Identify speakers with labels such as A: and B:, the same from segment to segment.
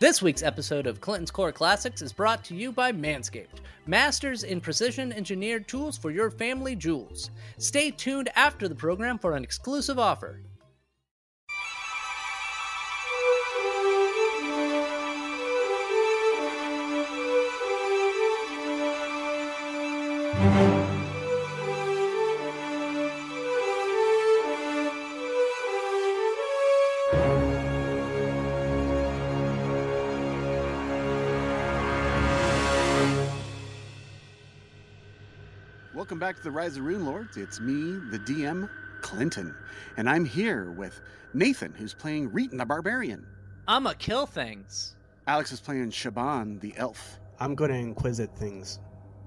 A: This week's episode of Clinton's Core Classics is brought to you by Manscaped, masters in precision engineered tools for your family jewels. Stay tuned after the program for an exclusive offer.
B: Welcome back to the Rise of Rune Lords. It's me, the DM, Clinton, and I'm here with Nathan, who's playing Reeton the Barbarian.
A: I'ma kill things.
B: Alex is playing Shaban the Elf.
C: I'm going to inquisit things.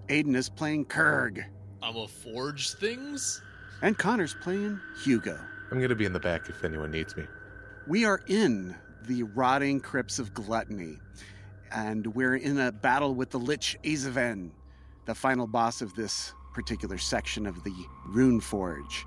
B: Aiden is playing Kurg,
D: I'm gonna forge things.
B: and Connor's playing Hugo.
E: I'm going to be in the back if anyone needs me.
B: We are in the rotting crypts of gluttony, and we're in a battle with the Lich Azaven, the final boss of this particular section of the Rune Forge.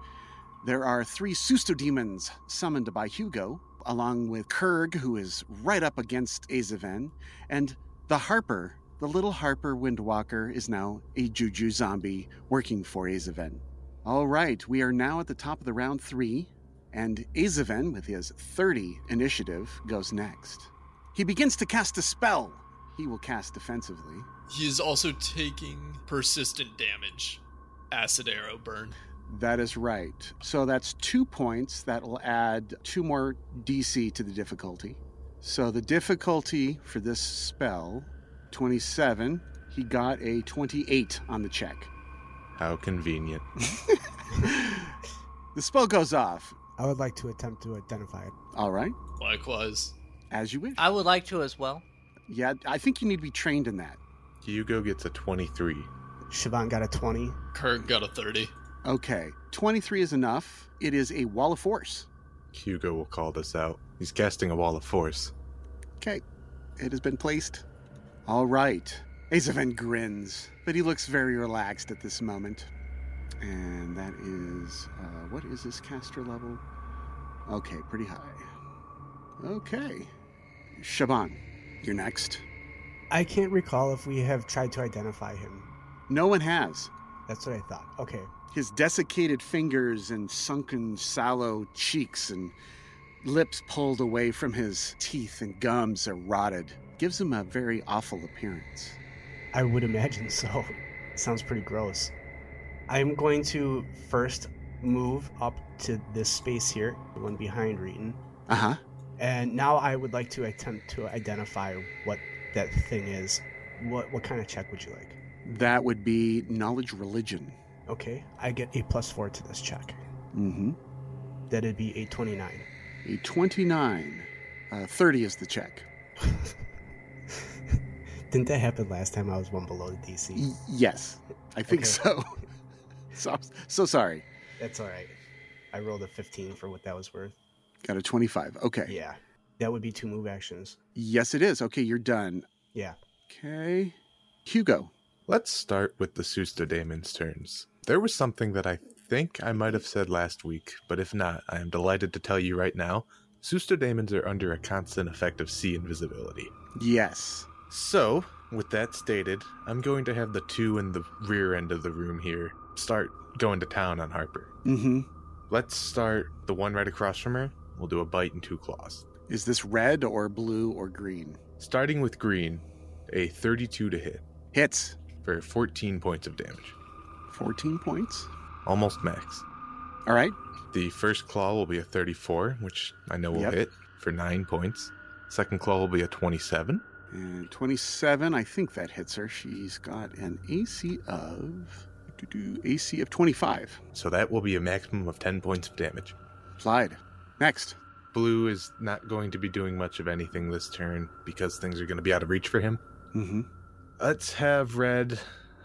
B: There are three Susto demons summoned by Hugo, along with Kurg, who is right up against Azaven, and the Harper, the little Harper Windwalker, is now a Juju zombie working for Azaven. All right, we are now at the top of the round three. And Azaven, with his 30 initiative, goes next. He begins to cast a spell. He will cast defensively.
D: He is also taking persistent damage. Acid arrow burn.
B: That is right. So that's two points that will add two more DC to the difficulty. So the difficulty for this spell 27. He got a 28 on the check.
E: How convenient.
B: the spell goes off.
C: I would like to attempt to identify it.
B: All right,
D: Likewise.
B: as you wish.
A: I would like to as well.
B: Yeah, I think you need to be trained in that.
E: Hugo gets a 23.
C: Siobhan got a 20.
D: Kirk got a 30.
B: Okay, 23 is enough. It is a wall of force.
E: Hugo will call this out. He's casting a wall of force.
B: Okay, it has been placed. All right. Azaven grins, but he looks very relaxed at this moment. And that is, uh, what is his caster level? Okay, pretty high. Okay. Shaban, you're next.
C: I can't recall if we have tried to identify him.
B: No one has.
C: That's what I thought. Okay.
B: His desiccated fingers and sunken, sallow cheeks and lips pulled away from his teeth and gums are rotted. Gives him a very awful appearance.
C: I would imagine so. Sounds pretty gross. I'm going to first move up to this space here, the one behind Reeton.
B: Uh huh.
C: And now I would like to attempt to identify what that thing is. What what kind of check would you like?
B: That would be knowledge religion.
C: Okay, I get a plus four to this check.
B: Mm-hmm.
C: That'd be a twenty-nine.
B: A 29. Uh, 30 is the check.
C: Didn't that happen last time? I was one below the
B: Y-
C: DC.
B: yes, I think
C: Okay.
B: so. so. So sorry.
C: That's all right. I rolled a fifteen for what that was worth.
B: Got a 25. Okay.
C: Yeah, that would be two move actions.
B: Yes, it is. Okay, you're done.
C: Yeah.
B: Okay. Hugo.
E: Let's start with the Susta Damon's turns. There was something that I think I might have said last week, but if not, I am delighted to tell you right now. Susta Daemons are under a constant effect of sea invisibility.
B: Yes.
E: So, with that stated, I'm going to have the two in the rear end of the room here start going to town on Harper.
B: Mm-hmm.
E: Let's start the one right across from her. We'll do a bite and two claws.
B: Is this red or blue or green?
E: Starting with green, a 32 to hit
B: Hits.
E: for 14 points of damage,
B: 14 points.
E: almost max.
B: All right.
E: The first claw will be a 34, which I know will
B: Yep.
E: hit for 9 points. Second claw will be a 27.
B: And 27. I think that hits her. She's got an AC of doo-doo, AC of 25.
E: So that will be a maximum of 10 points of damage.
B: Applied. Next.
E: Blue is not going to be doing much of anything this turn because things are going to be out of reach for him.
B: Mm-hmm.
E: Let's have Red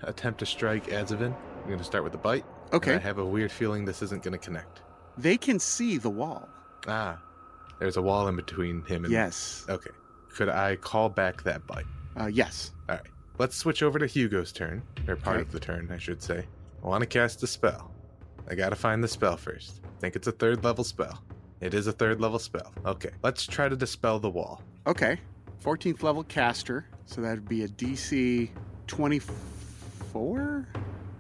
E: attempt to strike Azavin. I'm going to start with a bite.
B: Okay.
E: and I have a weird feeling this isn't going to connect.
B: They can see the wall.
E: Ah, there's a wall in between him and.
B: Yes.
E: Okay. Could I call back that bite?
B: Uh, yes.
E: All right. Let's switch over to Hugo's turn, or part
B: Okay.
E: of the turn, I should say. I want to cast a spell. I gotta find the spell first. I think it's a third level spell. It is a third level spell. Okay. Let's try to dispel the wall.
B: Okay. 14th level caster, so that would be a DC 24?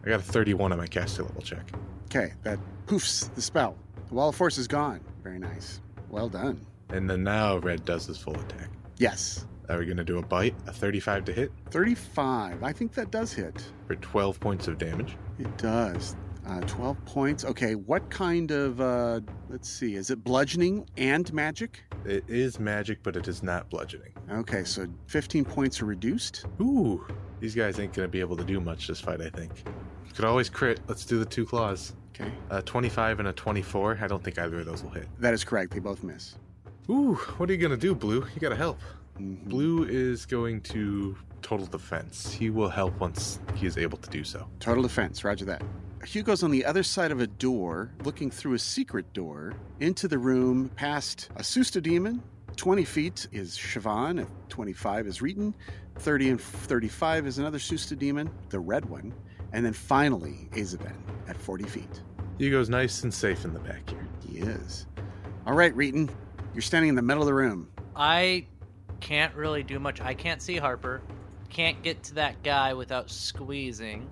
E: I got a 31 on my caster level check.
B: Okay, that poofs the spell. The wall of force is gone. Very nice. Well done.
E: And then now Red does his full attack.
B: Yes.
E: Are we going to do a bite? A 35 to hit
B: 35. I think that does hit.
E: for 12 points of damage.
B: It does. Uh, 12 points. Okay, what kind of, uh, let's see, is it bludgeoning and magic?
E: It is magic, but it is not bludgeoning.
B: Okay, so 15 points are reduced.
E: Ooh, these guys ain't going to be able to do much this fight, I think. Could always crit. Let's do the two claws.
B: Okay,
E: A 25 and a 24. I don't think either of those will hit.
B: that is correct. They both miss.
E: Ooh, what are you going to do, Blue? You got to help.
B: Mhm.
E: Blue is going to total defense. He will help once he is able to do so.
B: Total defense. Roger that. Hugo's on the other side of a door, looking through a secret door into the room past a Susta demon. 20 feet is Siobhan, at 25 is Reeton, 30 and 35 is another Susta demon, the red one, and then finally Azaben at 40 feet.
E: He goes nice and safe in the back here.
B: He is. All right, Reeton, you're standing in the middle of the room.
A: I can't really do much. I can't see Harper. Can't get to that guy without squeezing.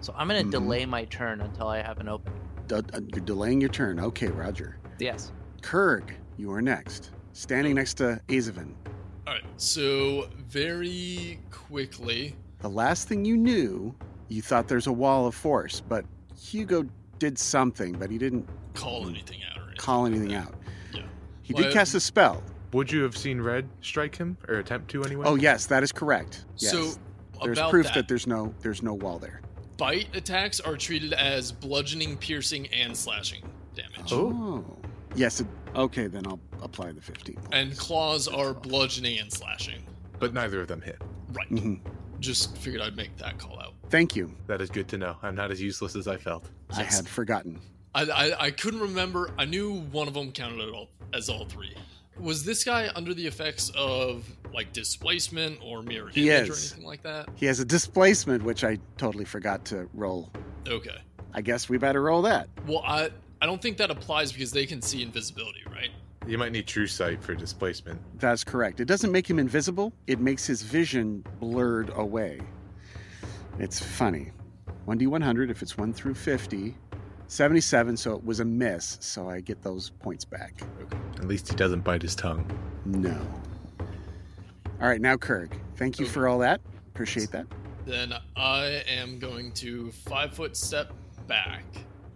A: So I'm gonna
B: Mhm.
A: delay my turn until I have an open.
B: D- uh, you're delaying your turn. Okay, Roger.
A: Yes.
B: Kurg, you are next, standing next to Azaven.
D: All right. So very quickly,
B: The last thing you knew, you thought there's a wall of force, but Hugo did something, but he didn't
D: call anything out or anything
B: call
D: like
B: anything
D: that.
B: out.
D: Yeah.
B: He
D: Well,
B: did cast a spell.
E: Would you have seen Red strike him or attempt to anyway?
B: Oh yes, that is correct. Yes.
D: So
B: there's
D: about
B: proof
D: that,
B: that. there's no there's no wall there.
D: bite attacks are treated as bludgeoning, piercing, and slashing damage,
E: Oh.
B: Oh. Yes, it, okay, then I'll apply the 15 points.
D: and claws are bludgeoning and slashing.
E: But neither of them hit.
D: Right.
B: Mhm.
D: Just figured I'd make that call out.
B: Thank you.
E: That is good to know. I'm not as useless as I felt.
B: I had forgotten.
D: I, I I couldn't remember. I knew one of them counted it all as all three. Was this guy under the effects of like displacement or mirror
B: He
D: image or
B: is.
D: anything like that?
B: He has a displacement which I totally forgot to roll.
D: Okay.
B: I guess we better roll that.
D: Well, I I don't think that applies because they can see invisibility, right?
E: You might need true sight for displacement.
B: That's correct. It doesn't make him invisible, it makes his vision blurred away. It's funny. 1d100, if it's 1 through 50, 77, so it was a miss, so I get those points back.
E: At least he doesn't bite his tongue.
B: No. All right, now Kirk. Thank you for all that. Appreciate that.
D: Then I am going to five foot step back,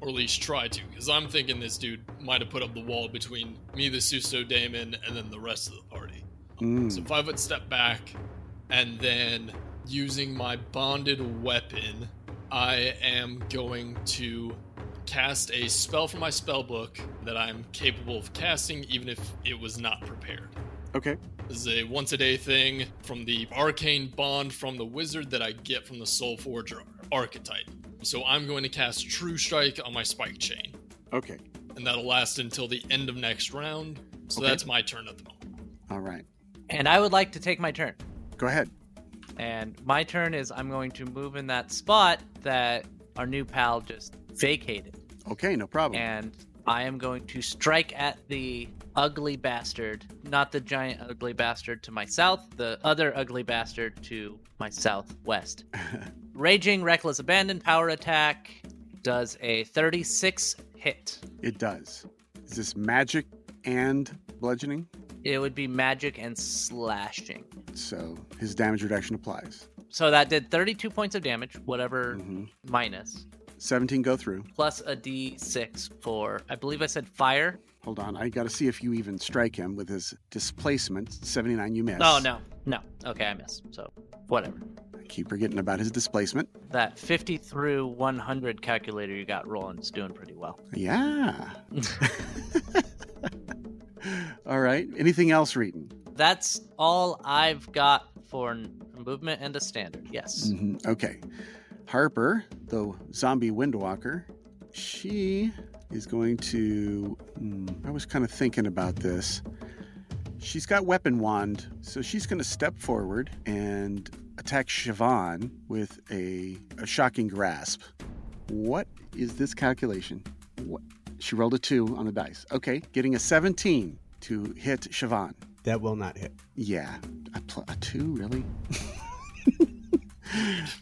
D: or at least try to, because I'm thinking this dude might have put up the wall between me, the Suso Damon, and then the rest of the party.
B: Mm.
D: So five foot step back, and then using my bonded weapon, I am going to cast a spell from my spell book that I'm capable of casting, even if it was not prepared.
B: Okay.
D: This is a once a day thing from the arcane bond from the wizard that I get from the Soul Forger archetype. So I'm going to cast True Strike on my spike chain,
B: Okay.
D: and that'll last until the end of next round. So
B: Okay.
D: that's my turn at the moment.
B: All right.
A: And I would like to take my turn.
B: Go ahead.
A: And my turn is I'm going to move in that spot that our new pal just vacated.
B: Okay, no problem.
A: And I am going to strike at the ugly bastard, not the giant ugly bastard to my south, the other ugly bastard to my southwest. Raging Reckless Abandon power attack does a 36 hit.
B: It does. Is this magic and bludgeoning?
A: It would be magic and slashing.
B: So his damage reduction applies.
A: So that did 32 points of damage, whatever
B: hmm
A: minus,
B: 17 go through.
A: plus a d6 for, I believe I said fire.
B: Hold on. I got to see if you even strike him with his displacement. 79, you miss.
A: Oh, no. No. Okay, I missed. So whatever.
B: I keep forgetting about his displacement.
A: That 50 through 100 calculator you got rolling is doing pretty well.
B: Yeah. All right. Anything else, Reeton?
A: That's all I've got for n- movement and a standard. Yes.
B: hmm Okay. Harper, the zombie windwalker, she is going to. hmm, I was kind of thinking about this. She's got weapon wand, so she's going to step forward and attack Siobhan with a, a shocking grasp. What is this calculation? What? She rolled a two on the dice. Okay, getting a 17 to hit Siobhan.
C: That will not hit.
B: Yeah, a pl- a two, really?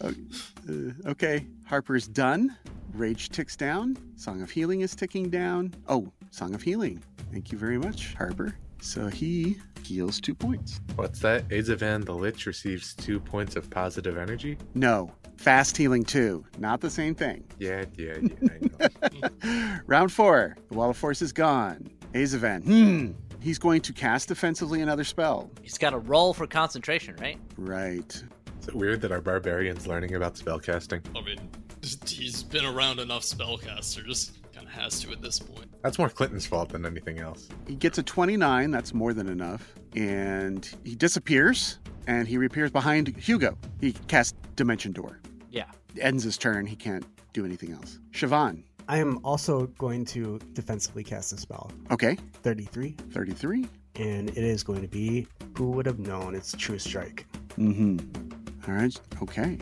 B: okay. Uh, okay, Harper's done. Rage ticks down. Song of Healing is ticking down. Oh, Song of Healing. Thank you very much, Harper. So he heals two points.
E: What's that? Azavan the Lich receives two points of positive energy?
B: No, fast healing two. Not the same thing.
E: Yeah, yeah, yeah. I know.
B: Round four. The Wall of Force is gone. Azavan, hmm. He's going to cast defensively another spell.
A: He's got a roll for concentration, right?
B: Right.
E: Is it weird that our barbarian's learning about spellcasting?
D: I mean, he's been around enough spellcasters. Kind of has to at this point.
E: That's more Clinton's fault than anything else.
B: He gets a 29. That's more than enough. And he disappears and he reappears behind Hugo. He casts Dimension Door.
A: Yeah.
B: Ends his turn. He can't do anything else. Siobhan.
C: I am also going to defensively cast a spell.
B: Okay.
C: 33.
B: 33.
C: And it is going to be who would have known it's True Strike.
B: Mm-hmm. All right. Okay.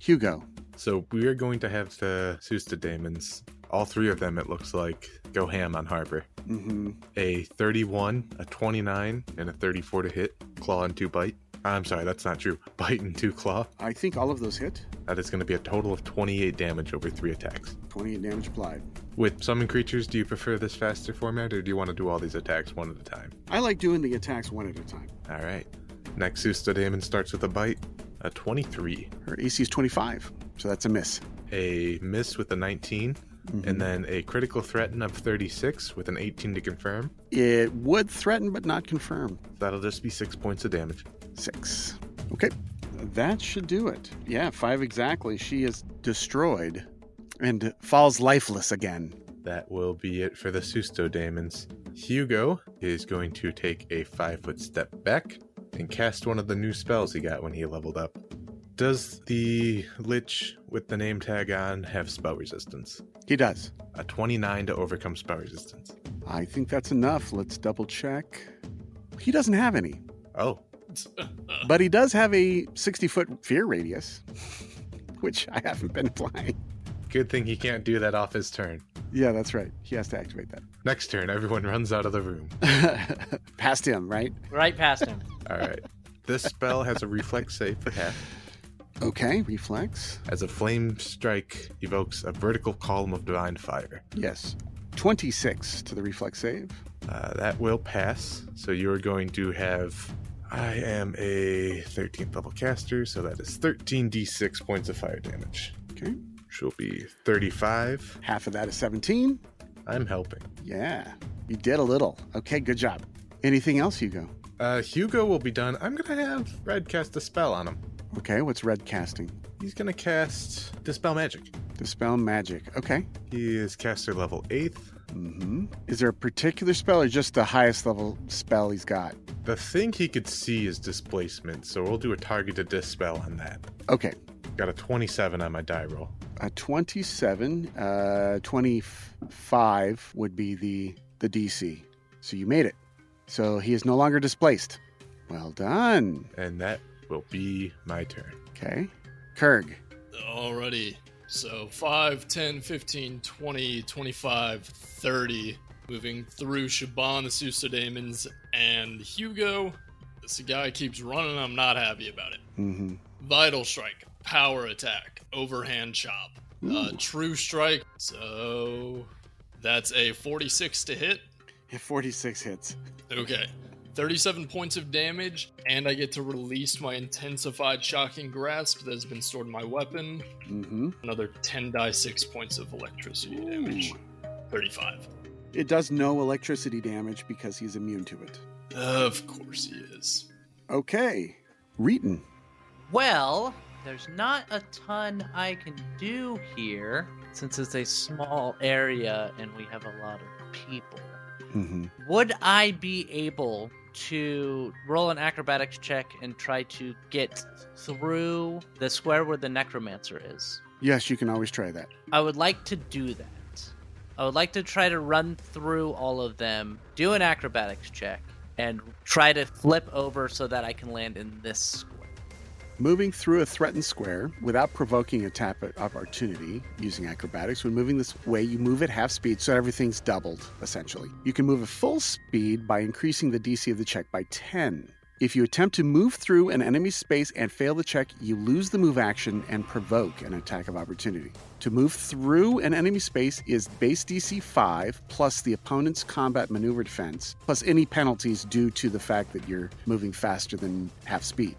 B: Hugo.
E: So we are going to have the Susta Daemons, all three of them, it looks like, go ham on Harper.
B: Mm-hmm.
E: A 31, a 29, and a 34 to hit. Claw and two bite. I'm sorry, that's not true. Bite and two claw.
B: I think all of those hit.
E: That is going to be a total of 28 damage over three attacks.
B: 28 damage applied.
E: With summon creatures, do you prefer this faster format or do you want to do all these attacks one at a time?
B: I like doing the attacks one at a time.
E: All right. Next Susta Daemon starts with a bite, a 23,
B: Her AC is 25, so that's a miss.
E: a miss with a 19,
B: Mhm.
E: and then a critical threaten of 36 with an 18 to confirm.
B: It would threaten, but not confirm.
E: That'll just be six points of damage.
B: Six. Okay. That should do it. Yeah, five exactly. She is destroyed and falls lifeless again.
E: That will be it for the Susto Daemons. Hugo is going to take a five foot step back and cast one of the new spells he got when he leveled up. Does the Lich with the name tag on have spell resistance?
B: He does.
E: A 29 to overcome spell resistance.
B: I think that's enough. Let's double check. He doesn't have any,
E: Oh,
B: but he does have a 60 foot fear radius, which I haven't been applying.
E: good thing he can't do that off his turn.
B: Yeah, that's right. He has to activate
E: Next turn, everyone runs out of the room.
B: that. Past him, right?
A: Right past him.
E: All right. This spell has a reflex save for half.
B: Okay, reflex.
E: As a flame strike evokes a vertical column of divine fire.
B: Yes. 26 to the reflex save.
E: Uh, that will pass. So you're going to have. I am a 13th level caster, so that is 13d6 points of fire damage,
B: Okay.
E: which will be 35.
B: Half of that is 17.
E: I'm helping.
B: Yeah, you did a little. Okay, good job. Anything else, Hugo?
E: Uh, Hugo will be done. I'm going to have Red cast a spell on him.
B: Okay, what's red casting?
E: He's going to cast Dispel Magic.
B: Dispel magic. Okay.
E: He is caster level 8th.
B: hmm Is there a particular spell or just the highest level spell he's got?
E: The thing he could see is displacement, so we'll do a targeted dispel on that.
B: Okay,
E: Got a 27 on my die roll.
B: a 27, uh, 25 would be the, the DC. So you made it. So he is no longer displaced. Well done.
E: And that will be my turn.
B: Okay. Kurg.
D: Alrighty. So 5, 10, 15, 20, 25, 30. Moving through Shaban, the Susa Daemons, and Hugo. This guy keeps running. I'm not happy about it.
B: Mm-hmm.
D: Vital Strike, Power Attack, Overhand Chop, uh, True Strike. So that's a 46 to hit.
B: 46 hits.
D: Okay. 37 points of damage, and I get to release my intensified shocking grasp that has been stored in my weapon.
B: Mm-hmm.
D: Another 10 die 6 points of electricity damage. 35.
B: It does no electricity damage because he's immune to it.
D: Of course he is.
B: Okay. Reeton.
A: Well, there's not a ton I can do here since it's a small area and we have a lot of people.
B: Mm-hmm.
A: Would I be able to roll an acrobatics check and try to get through the square where the necromancer is?
B: Yes, you can always try that.
A: I would like to do that. I would like to try to run through all of them, do an acrobatics check, and try to flip over so that I can land in this square.
B: Moving through a threatened square without provoking a tap at opportunity using acrobatics. When moving this way, you move at half speed, so everything's doubled, essentially. You can move at full speed by increasing the DC of the check by 10. If you attempt to move through an enemy's space and fail the check, you lose the move action and provoke an attack of opportunity. To move through an enemy space is base DC 5 plus the opponent's combat maneuver defense, plus any penalties due to the fact that you're moving faster than half speed.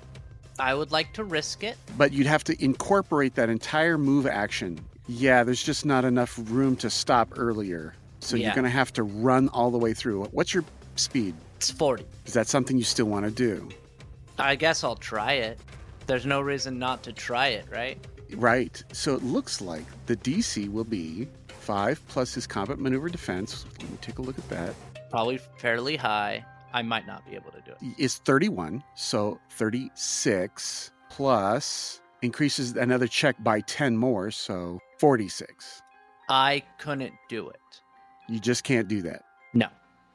A: I would like to risk it.
B: But you'd have to incorporate that entire move action. Yeah, there's just not enough room to stop earlier. So you're
A: Yeah.
B: going to have to run all the way through. What's your speed?
A: It's 40.
B: Is that something you still want to do?
A: I guess I'll try it. There's no reason not to try it, right?
B: Right. So it looks like the DC will be five plus his combat maneuver defense. Let me take a look at that.
A: Probably fairly high. I might not be able to do it.
B: Is 31. So 36 plus increases another check by 10 more. So 46.
A: I couldn't do it.
B: You just can't do that.
A: No.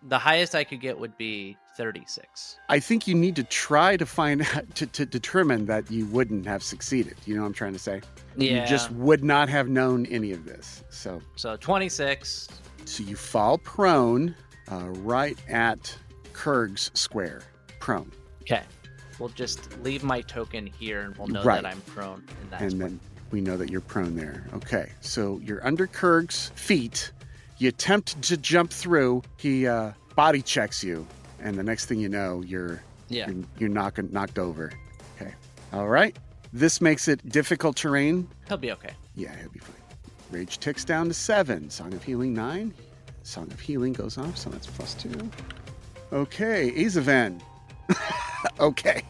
A: The highest I could get would be 36.
B: I think you need to try to find out to, to determine that you wouldn't have succeeded. You know what I'm trying to say?
A: Yeah.
B: You just would not have known any of this. So
A: So 26.
B: So you fall prone uh, right at Kurg's square. Prone.
A: Okay. We'll just leave my token here and we'll know
B: Right.
A: that I'm prone. And that's
B: and
A: where-
B: then we know that you're prone there. Okay. So you're under Kurg's feet. You attempt to jump through. He uh, body checks you. And the next thing you know, you're
A: yeah.
B: you're, you're knocked, knocked over. Okay. All right. This makes it difficult terrain.
A: He'll be okay.
B: Yeah, he'll be fine. Rage ticks down to seven. Song of Healing, nine. Song of Healing goes off, so that's plus two. Okay, Azavan. okay.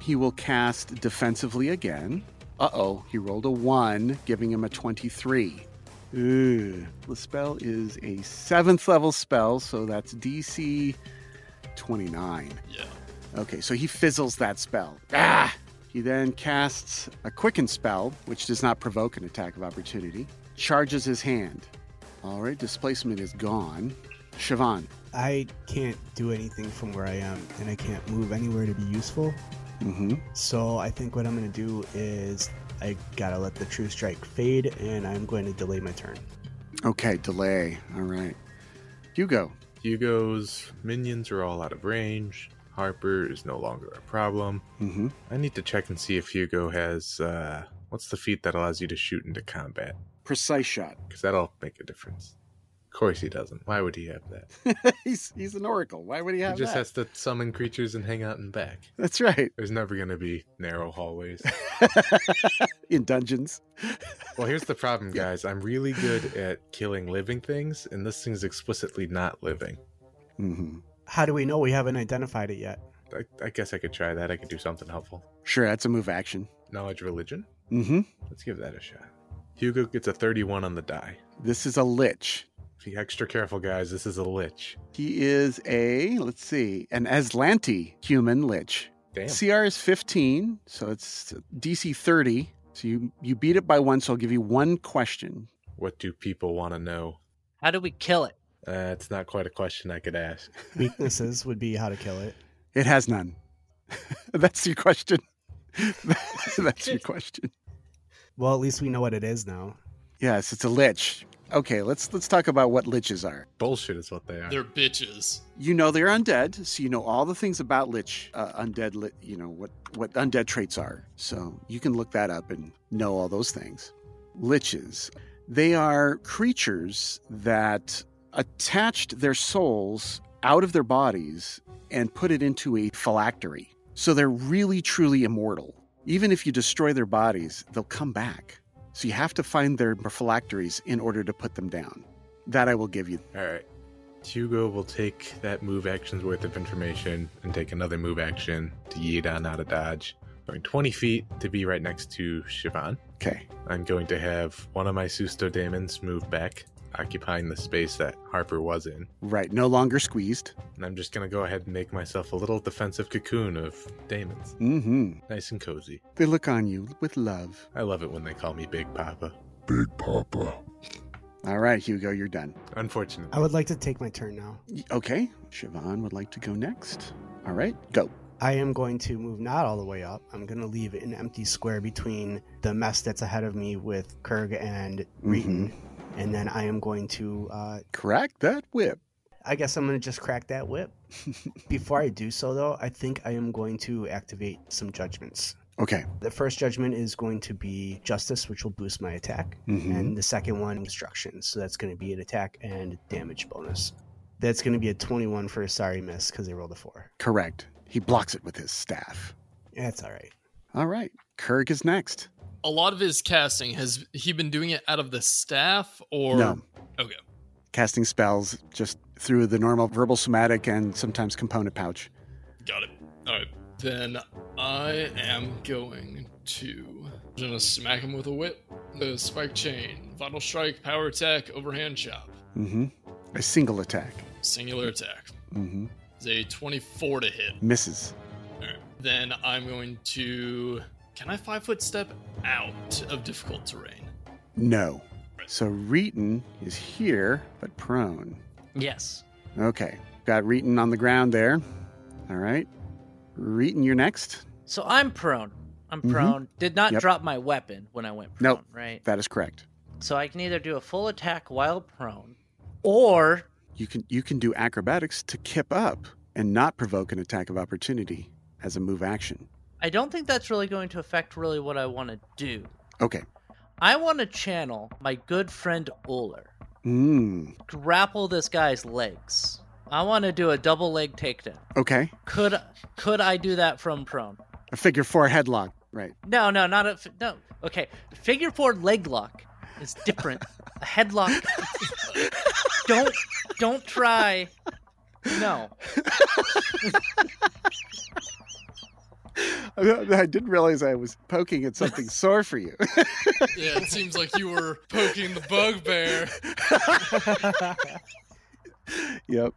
B: He will cast defensively again. Uh oh, he rolled a one, giving him a 23. Ooh. The spell is a seventh level spell, so that's DC 29.
D: Yeah.
B: Okay, so he fizzles that spell. Ah! He then casts a quicken spell, which does not provoke an attack of opportunity. Charges his hand. All right, displacement is gone. Siobhan.
C: I can't do anything from where I am, and I can't move anywhere to be useful.
B: Mm-hmm.
C: So I think what I'm gonna do is I gotta let the true strike fade, and I'm going to delay my turn.
B: Okay, delay. All right. Hugo.
E: Hugo's minions are all out of range. Harper is no longer a problem.
B: Mm-hmm.
E: I need to check and see if Hugo has uh, what's the feat that allows you to shoot into combat,
B: Precise shot.
E: because that'll make a difference. Of course he doesn't. Why would he have that?
B: he's, he's an oracle. Why would he have
E: he just
B: that?
E: has to summon creatures and hang out in back.
B: That's right.
E: There's never going to be narrow hallways.
B: In dungeons.
E: well, here's the problem,
B: Yeah.
E: guys. I'm really good at killing living things, and this thing's explicitly not living.
B: Mm-hmm.
C: How do we know we haven't identified it yet?
E: I, I guess I could try that. I could do something helpful.
B: Sure, that's a move action.
E: Knowledge religion?
B: Mm-hmm.
E: Let's give that a shot. Hugo gets a 31 on the die.
B: This is a lich.
E: Be extra careful, guys. This is a lich.
B: He is a, let's see, an Aslanti human lich.
E: Damn.
B: CR is 15, so it's DC 30. So you, you beat it by one, so I'll give you one question.
E: What do people want to know?
A: How do we kill it?
E: Uh, it's not quite a question I could ask.
C: Weaknesses would be how to kill it.
B: It has none. That's your question. That's your question.
C: Well, at least we know what it is now.
B: Yes, it's a lich. Okay, let's let's talk about what liches are.
E: Bullshit is what they are.
D: They're bitches.
B: You know they're undead, so you know all the things about lich, uh, undead, li- you know what what undead traits are. So you can look that up and know all those things. Liches, they are creatures that attached their souls out of their bodies and put it into a phylactery. So they're really truly immortal. Even if you destroy their bodies, they'll come back. So you have to find their phylacteries in order to put them down. That I will give you.
E: All right. Hugo will take that move action's worth of information and take another move action to yeet on out of dodge. Going 20 feet to be right next to Siobhan.
B: Okay.
E: I'm going to have one of my Susto daemons move back, occupying the space that Harper was in.
B: Right. No longer squeezed.
E: And I'm just going to go ahead and make myself a little defensive cocoon of daemons.
B: Mm-hmm.
E: Nice and cozy.
B: They look on you with love.
E: I love it when they call me Big Papa.
B: All right, Hugo, you're done.
E: Unfortunately.
C: I would like to take my turn now.
B: Y- Okay, Siobhan would like to go next. All right, go.
C: I am going to move not all the way up. I'm going to leave an empty square between the mess that's ahead of me with Kurg and Reeton. And then I am going to uh,
B: Crack that whip.
C: I guess I'm gonna just crack that whip. Before I do so, though, I think I am going to activate some judgments.
B: Okay.
C: The first judgment is going to be justice, which will boost my attack,
B: Mhm.
C: and the second one destruction. So that's going to be an attack and damage bonus. That's going to be a 21 for a sorry miss because I rolled a four.
B: Correct. He blocks it with his staff.
C: That's all right.
B: All right. Kirk is next.
D: A lot of his casting has he been doing it out of the staff or
B: no.
D: okay.
B: Casting spells just through the normal verbal somatic and sometimes component pouch.
D: Got it. All right. Then I am going to. I'm gonna smack him with a whip. The spike chain, vital strike, power attack, overhand chop,
B: Mm-hmm. A single attack.
D: singular attack.
B: Mm-hmm.
D: It's a 24 to hit.
B: Misses.
D: All right. Then I'm going to. Can I five foot step out of difficult terrain?
B: No. So Reeton is here, but prone.
A: Yes.
B: Okay. Got Reeton on the ground there. All right. Reeton, you're next.
A: So I'm prone. I'm
B: Mhm.
A: prone. Did not
B: Yep.
A: drop my weapon when I went prone,
B: Nope.
A: right?
B: That is correct.
A: So I can either do a full attack while prone, or
B: You can you can do acrobatics to kip up and not provoke an attack of opportunity as a move action.
A: I don't think that's really going to affect really what I want to do.
B: Okay.
A: I want to channel my good friend Uller,
B: Mm.
A: grapple this guy's legs. I want to do a double leg takedown.
B: Okay.
A: Could could I do that from prone?
B: A figure four headlock. Right.
A: No, no, not a f- no. Okay, figure four leg lock is different. a headlock. don't don't try. No.
B: I didn't realize I was poking at something sore for you.
D: Yeah, it seems like you were poking the bugbear.
B: yep.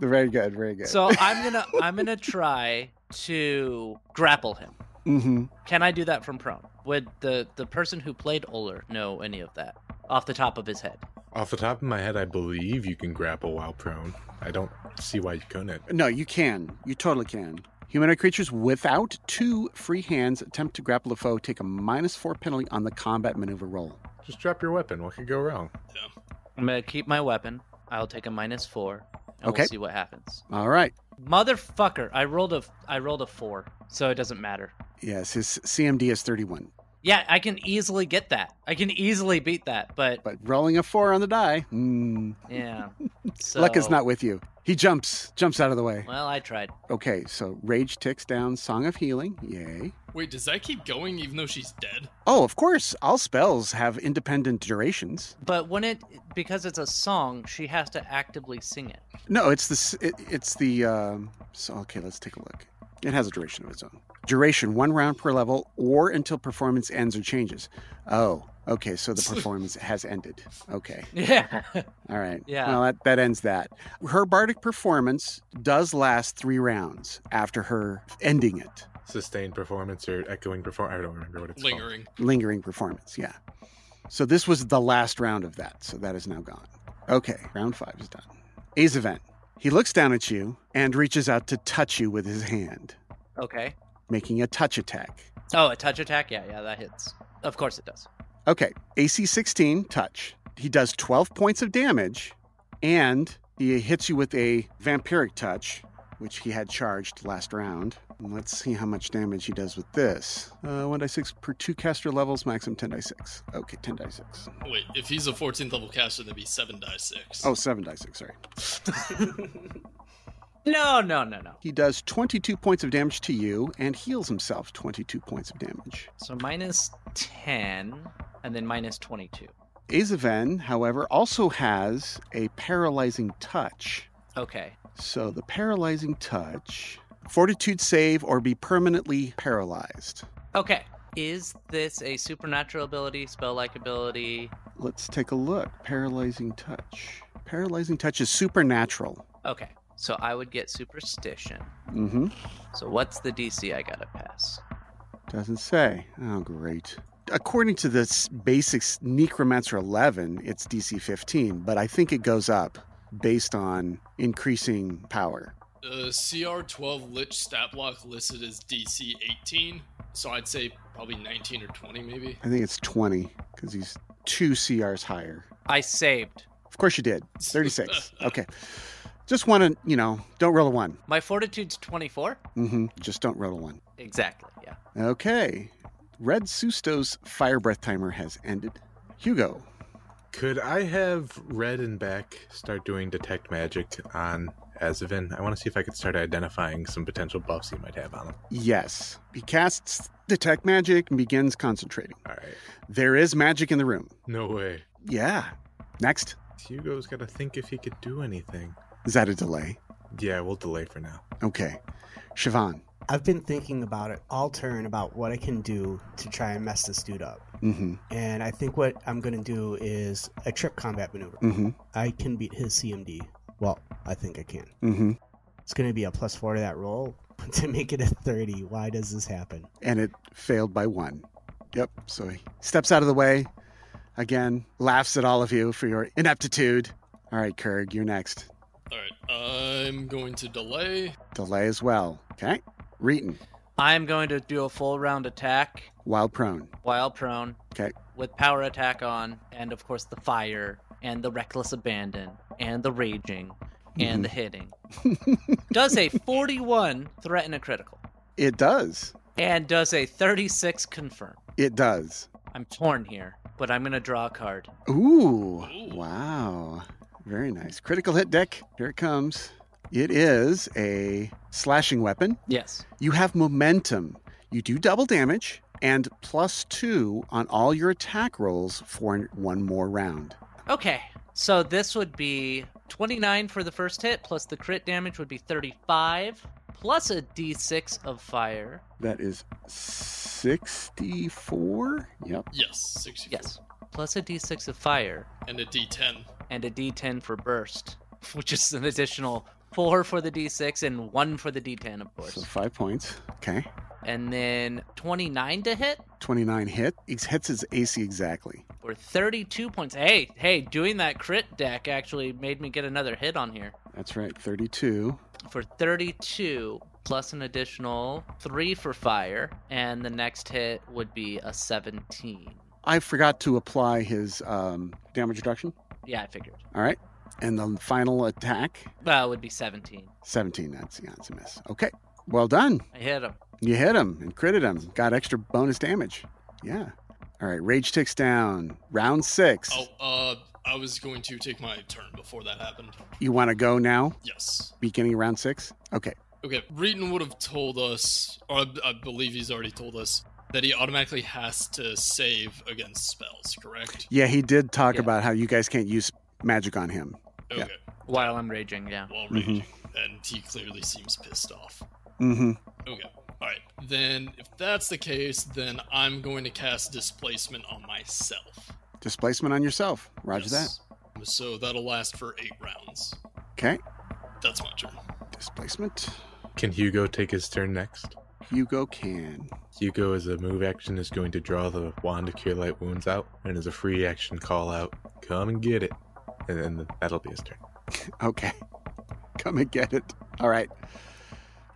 B: Very good. Very good.
A: So I'm gonna I'm gonna try to grapple him.
B: mm-hmm.
A: Can I do that from prone? Would the the person who played Oler know any of that off the top of his head?
E: Off the top of my head, I believe you can grapple while prone. I don't see why you couldn't.
B: No, you can. You totally can. Humanoid creatures without two free hands attempt to grapple a foe take a minus four penalty on the combat maneuver roll.
E: Just drop your weapon. What could go wrong?
A: I'm gonna keep my weapon. I'll take a minus four, and
B: Okay.
A: we'll see what happens.
B: All right.
A: Motherfucker! I rolled a I rolled a four, so it doesn't matter.
B: Yes, his CMD is 31.
A: Yeah, I can easily get that. I can easily beat that, but
B: But rolling a four on the die, mm,
A: yeah. So,
B: luck is not with you. He jumps, jumps out of the way.
A: Well, I tried.
B: Okay, so rage ticks down Song of Healing. Yay.
D: Wait, does that keep going even though she's dead?
B: Oh, of course, all spells have independent durations.
A: But when it because it's a song, she has to actively sing it.
B: No, it's the s- it, it's the um, so okay. Let's take a look. It has a duration of its own. Duration one round per level, or until performance ends or changes. Oh, okay. So the performance has ended. Okay,
A: Yeah.
B: all right.
A: Yeah.
B: Well, that that ends that. Her bardic performance does last three rounds after her ending it.
E: Sustained performance or echoing performance? I don't remember what
D: Oh.
E: it's called.
D: Lingering.
B: Lingering performance. Yeah. So this was the last round of that. So that is now gone. Okay, round five is done. Azavent. He looks down at you and reaches out to touch you with his hand.
A: okay.
B: making a touch attack.
A: Oh, a touch attack. Yeah, yeah, that hits. Of course it does.
B: Okay, AC 16 touch. He does 12 points of damage and he hits you with a vampiric touch, which he had charged last round. And let's see how much damage he does with this. Uh, 1d6 per 2 caster levels, maximum 10d6. Okay, 10d6.
D: Wait, if he's a 14th level caster, that'd be 7 die 6.
B: Oh, 7d6, sorry.
A: No, no, no, no.
B: He does 22 points of damage to you and heals himself 22 points of damage.
A: So minus 10 and then minus 22.
B: Azaven, however, also has a paralyzing touch.
A: Okay.
B: So the paralyzing touch. Fortitude save or be permanently paralyzed.
A: Okay. Is this a supernatural ability, spell like ability?
B: Let's take a look. Paralyzing touch. Paralyzing touch is supernatural.
A: Okay. So I would get superstition.
B: Mm-hmm.
A: So what's the DC I gotta pass?
B: Doesn't say. Oh, great. According to this basic Necromancer 11, it's DC 15, but I think it goes up based on increasing power.
D: Uh, CR12 Lich stat block listed as DC 18, so I'd say probably 19 or 20 maybe.
B: I think it's 20 because he's two CRs higher.
A: I saved.
B: Of course you did. 36. Okay. Just want to, you know, don't roll a one.
A: My fortitude's 24.
B: hmm Just don't roll a one.
A: Exactly. Yeah.
B: Okay. Red Susto's fire breath timer has ended. Hugo,
E: Could I have Red and Back start doing detect magic on Azavin? I want to see if I could start identifying some potential buffs he might have on him.
B: yes. He casts detect magic and begins concentrating.
E: All right.
B: There is magic in the room.
E: No way.
B: Yeah. Next.
E: Hugo's got to think if he could do anything.
B: Is that a delay?
E: Yeah, we'll delay for now.
B: Okay. Siobhan.
C: I've been thinking about it all turn about what I can do to try and mess this dude up.
B: Mm
C: And I think what I'm going to do is a trip combat maneuver.
B: hmm. Mm
C: I can beat his CMD. Well, I think I can.
B: hmm. Mm hmm.
C: It's going to be a plus four to that roll to make it a 30. Why does this happen?
B: and it failed by one. Yep. So he steps out of the way again, laughs at all of you for your ineptitude. All right, Kurg, you're next.
D: All right, I'm going to delay.
B: Delay as well. Okay. Reeton,
A: I'm going to do a full round attack
B: while prone.
A: while prone.
B: Okay.
A: With power attack on, and of course the fire, and the reckless abandon, and the raging, and the hitting. does a 41 threaten a critical?
B: It does.
A: And does a 36 confirm?
B: It does.
A: I'm torn here, but I'm going to draw a card.
B: Ooh.
D: Ooh.
B: Wow. Very nice. Critical hit deck. Here it comes. It is a slashing weapon.
A: Yes.
B: You have momentum. You do double damage and plus two on all your attack rolls for one more round.
A: Okay. So this would be 29 for the first hit, plus the crit damage would be 35, plus a d6 of fire.
B: That is 64. Yep.
D: Yes, 64.
A: Yes. Plus a d6 of fire,
D: And a D10.
A: and a d10 for burst, which is an additional 4 for the d6 and 1 for the d10, of
B: So
A: course.
B: five points. Okay.
A: And then 29 to hit
B: 29 hit. He hits his AC exactly.
A: for 32 points. Hey, hey, doing that crit deck actually made me get another hit on here.
B: That's right. 32.
A: for 32 plus an additional 3 for fire and the next hit would be a 17
B: I forgot to apply his um, damage reduction.
A: yeah i figured
B: All right. And the final attack,
A: well it would be 17
B: 17. That's, yeah, that's a miss. Okay. Well done.
A: i hit him
B: You hit him and critted him. Got extra bonus damage. Yeah. All right. Rage ticks down. Round six.
D: Oh, uh, I was going to take my turn before that happened.
B: You want to go now?
D: Yes.
B: Beginning of round six? Okay.
D: Okay, Reeton would have told us, or I, I believe he's already told us, that he automatically has to save against spells, correct?
B: Yeah, he did talk
A: Yeah.
B: about how you guys can't use magic on him.
D: Okay,
B: Yeah.
A: while i'm raging yeah
D: well,
B: Mhm.
D: raging. And he clearly seems pissed off.
B: Mm-hmm.
D: Okay, alright. Then, if that's the case, then I'm going to cast Displacement on myself.
B: Displacement on yourself. Roger
D: Yes. So that'll last for eight rounds.
B: that. Okay.
D: That's my turn.
B: Displacement.
E: Can Hugo take his turn next?
B: Hugo can.
E: Hugo, as a move action, is going to draw the wand to cure light wounds out, and as a free action, call out, "Come and get it," and then that'll be his turn.
B: Okay. Come and get it. All right.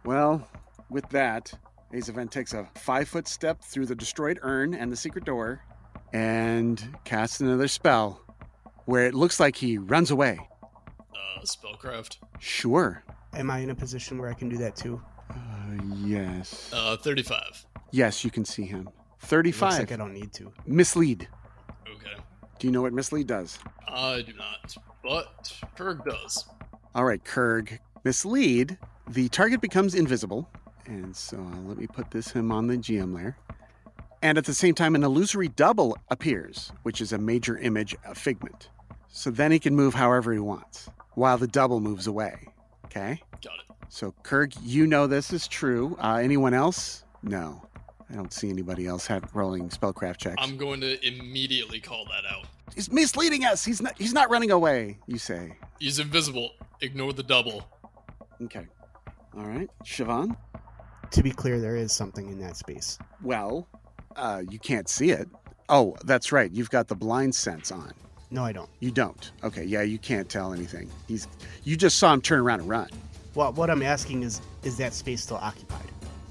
B: Well, with that, Azavent takes a five foot step through the destroyed urn and the secret door and casts another spell where it looks like he runs away.
D: Uh, Spellcraft.
B: Sure.
C: Am I in a position where I can do that too?
B: Uh, yes.
D: Uh, 35.
B: Yes, you can see him.
C: Looks
B: 35.
C: like I don't need to.
B: Mislead.
D: Okay.
B: Do you know what mislead does?
D: I do not. But Kurg does.
B: All right, Kurg. Mislead. The target becomes invisible. And so uh, let me put this him on the GM layer. And at the same time, an illusory double appears, which is a major image of Figment. So then he can move however he wants while the double moves away. Okay?
D: Got it.
B: So, Kurg, you know this is true. Uh, anyone else? No. I don't see anybody else have rolling spellcraft checks.
D: I'm going to immediately call that out.
B: he's misleading us. He's not, he's not running away, you say.
D: He's invisible. Ignore the double.
B: Okay. All right. Siobhan?
C: To be clear, there is something in that space.
B: Well, uh, you can't see it. Oh, that's right. You've got the blind sense on.
C: No, I don't.
B: You don't. Okay, yeah, you can't tell anything. He's. You just saw him turn around and run.
C: Well, what I'm asking is, is that space still occupied?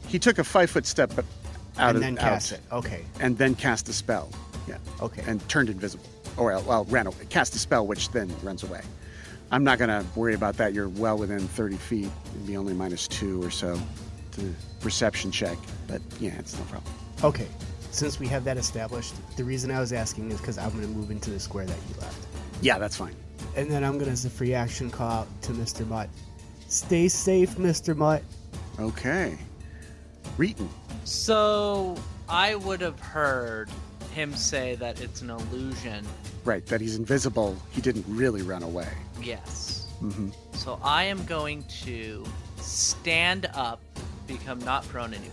B: He took a five foot step out
C: and
B: of
C: then
B: out
C: cast
B: of-
C: it. Okay,
B: and then cast a spell. Yeah,
C: okay.
B: Oh, and turned invisible, or well, ran away. Cast a spell, which then runs away. I'm not going to worry about that. You're well within 30 feet. It'd be only minus two or so to perception check. But yeah, it's no problem.
C: Okay, since we have that established, the reason I was asking is because I'm going to move into the square that you left.
B: Yeah, that's fine.
C: And then I'm going to, as a free action, call out to Mr. Mutt Stay safe, Mr. Mutt.
B: Okay. Reeton.
A: So I would have heard him say that it's an illusion.
B: Right, that he's invisible. He didn't really run away.
A: Yes.
B: Mm-hmm.
A: So I am going to stand up, become not prone anymore.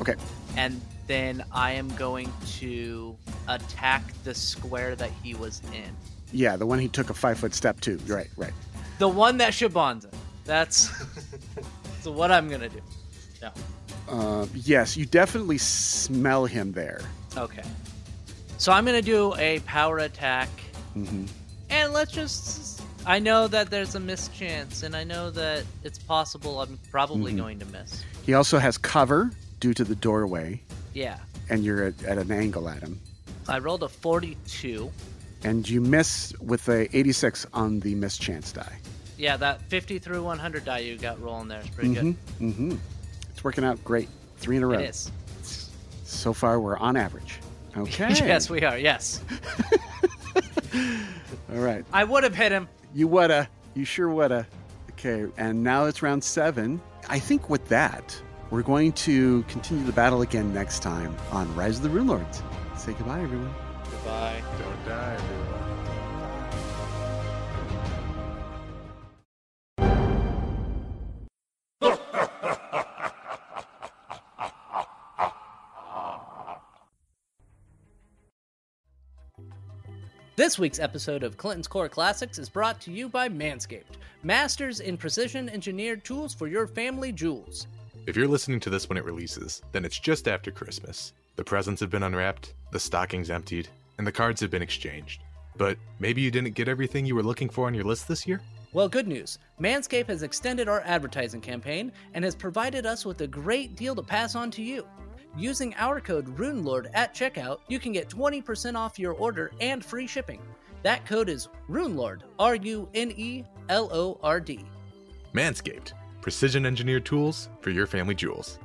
B: Okay.
A: And then I am going to attack the square that he was in.
B: Yeah, the one he took a five foot step to. You're Right, right.
A: The one that Shaban's in. That's so what I'm gonna do.
B: Uh, yes, you definitely smell him there.
A: Okay. So I'm gonna do a power attack,
B: Mm-hmm.
A: and let's just. I know that there's a miss chance, and I know that it's possible I'm probably
B: Mhm.
A: going to miss.
B: He also has cover due to the doorway,
A: Yeah.
B: and you're at, at an angle at him.
A: I rolled a 42.
B: And you miss with a 86 on the miss chance die.
A: Yeah, that 50 through 100 die you got rolling there is pretty
B: hmm hmm It's working out great. Three in a
A: good.
B: row.
A: It is.
B: So far, we're on average. Okay.
A: yes, we are. Yes.
B: All right.
A: I would have hit him.
B: You woulda. You sure woulda. Okay, and now it's round seven. I think with that, we're going to continue the battle again next time on Rise of the Rune Lords. Say goodbye, everyone.
A: Goodbye.
E: Don't die, everyone.
A: This week's episode of Clinton's Core Classics is brought to you by Manscaped, masters in precision engineered tools for your family jewels.
E: If you're listening to this when it releases, then it's just after Christmas. The presents have been unwrapped, the stockings emptied, and the cards have been exchanged. But maybe you didn't get everything you were looking for on your list this year?
A: Well, good news. Manscaped has extended our advertising campaign and has provided us with a great deal to pass on to you. Using our code RUNELORD at checkout, you can get 20% off your order and free shipping. That code is RUNELORD, R U N E L O R D.
E: Manscaped, precision engineered tools for your family jewels.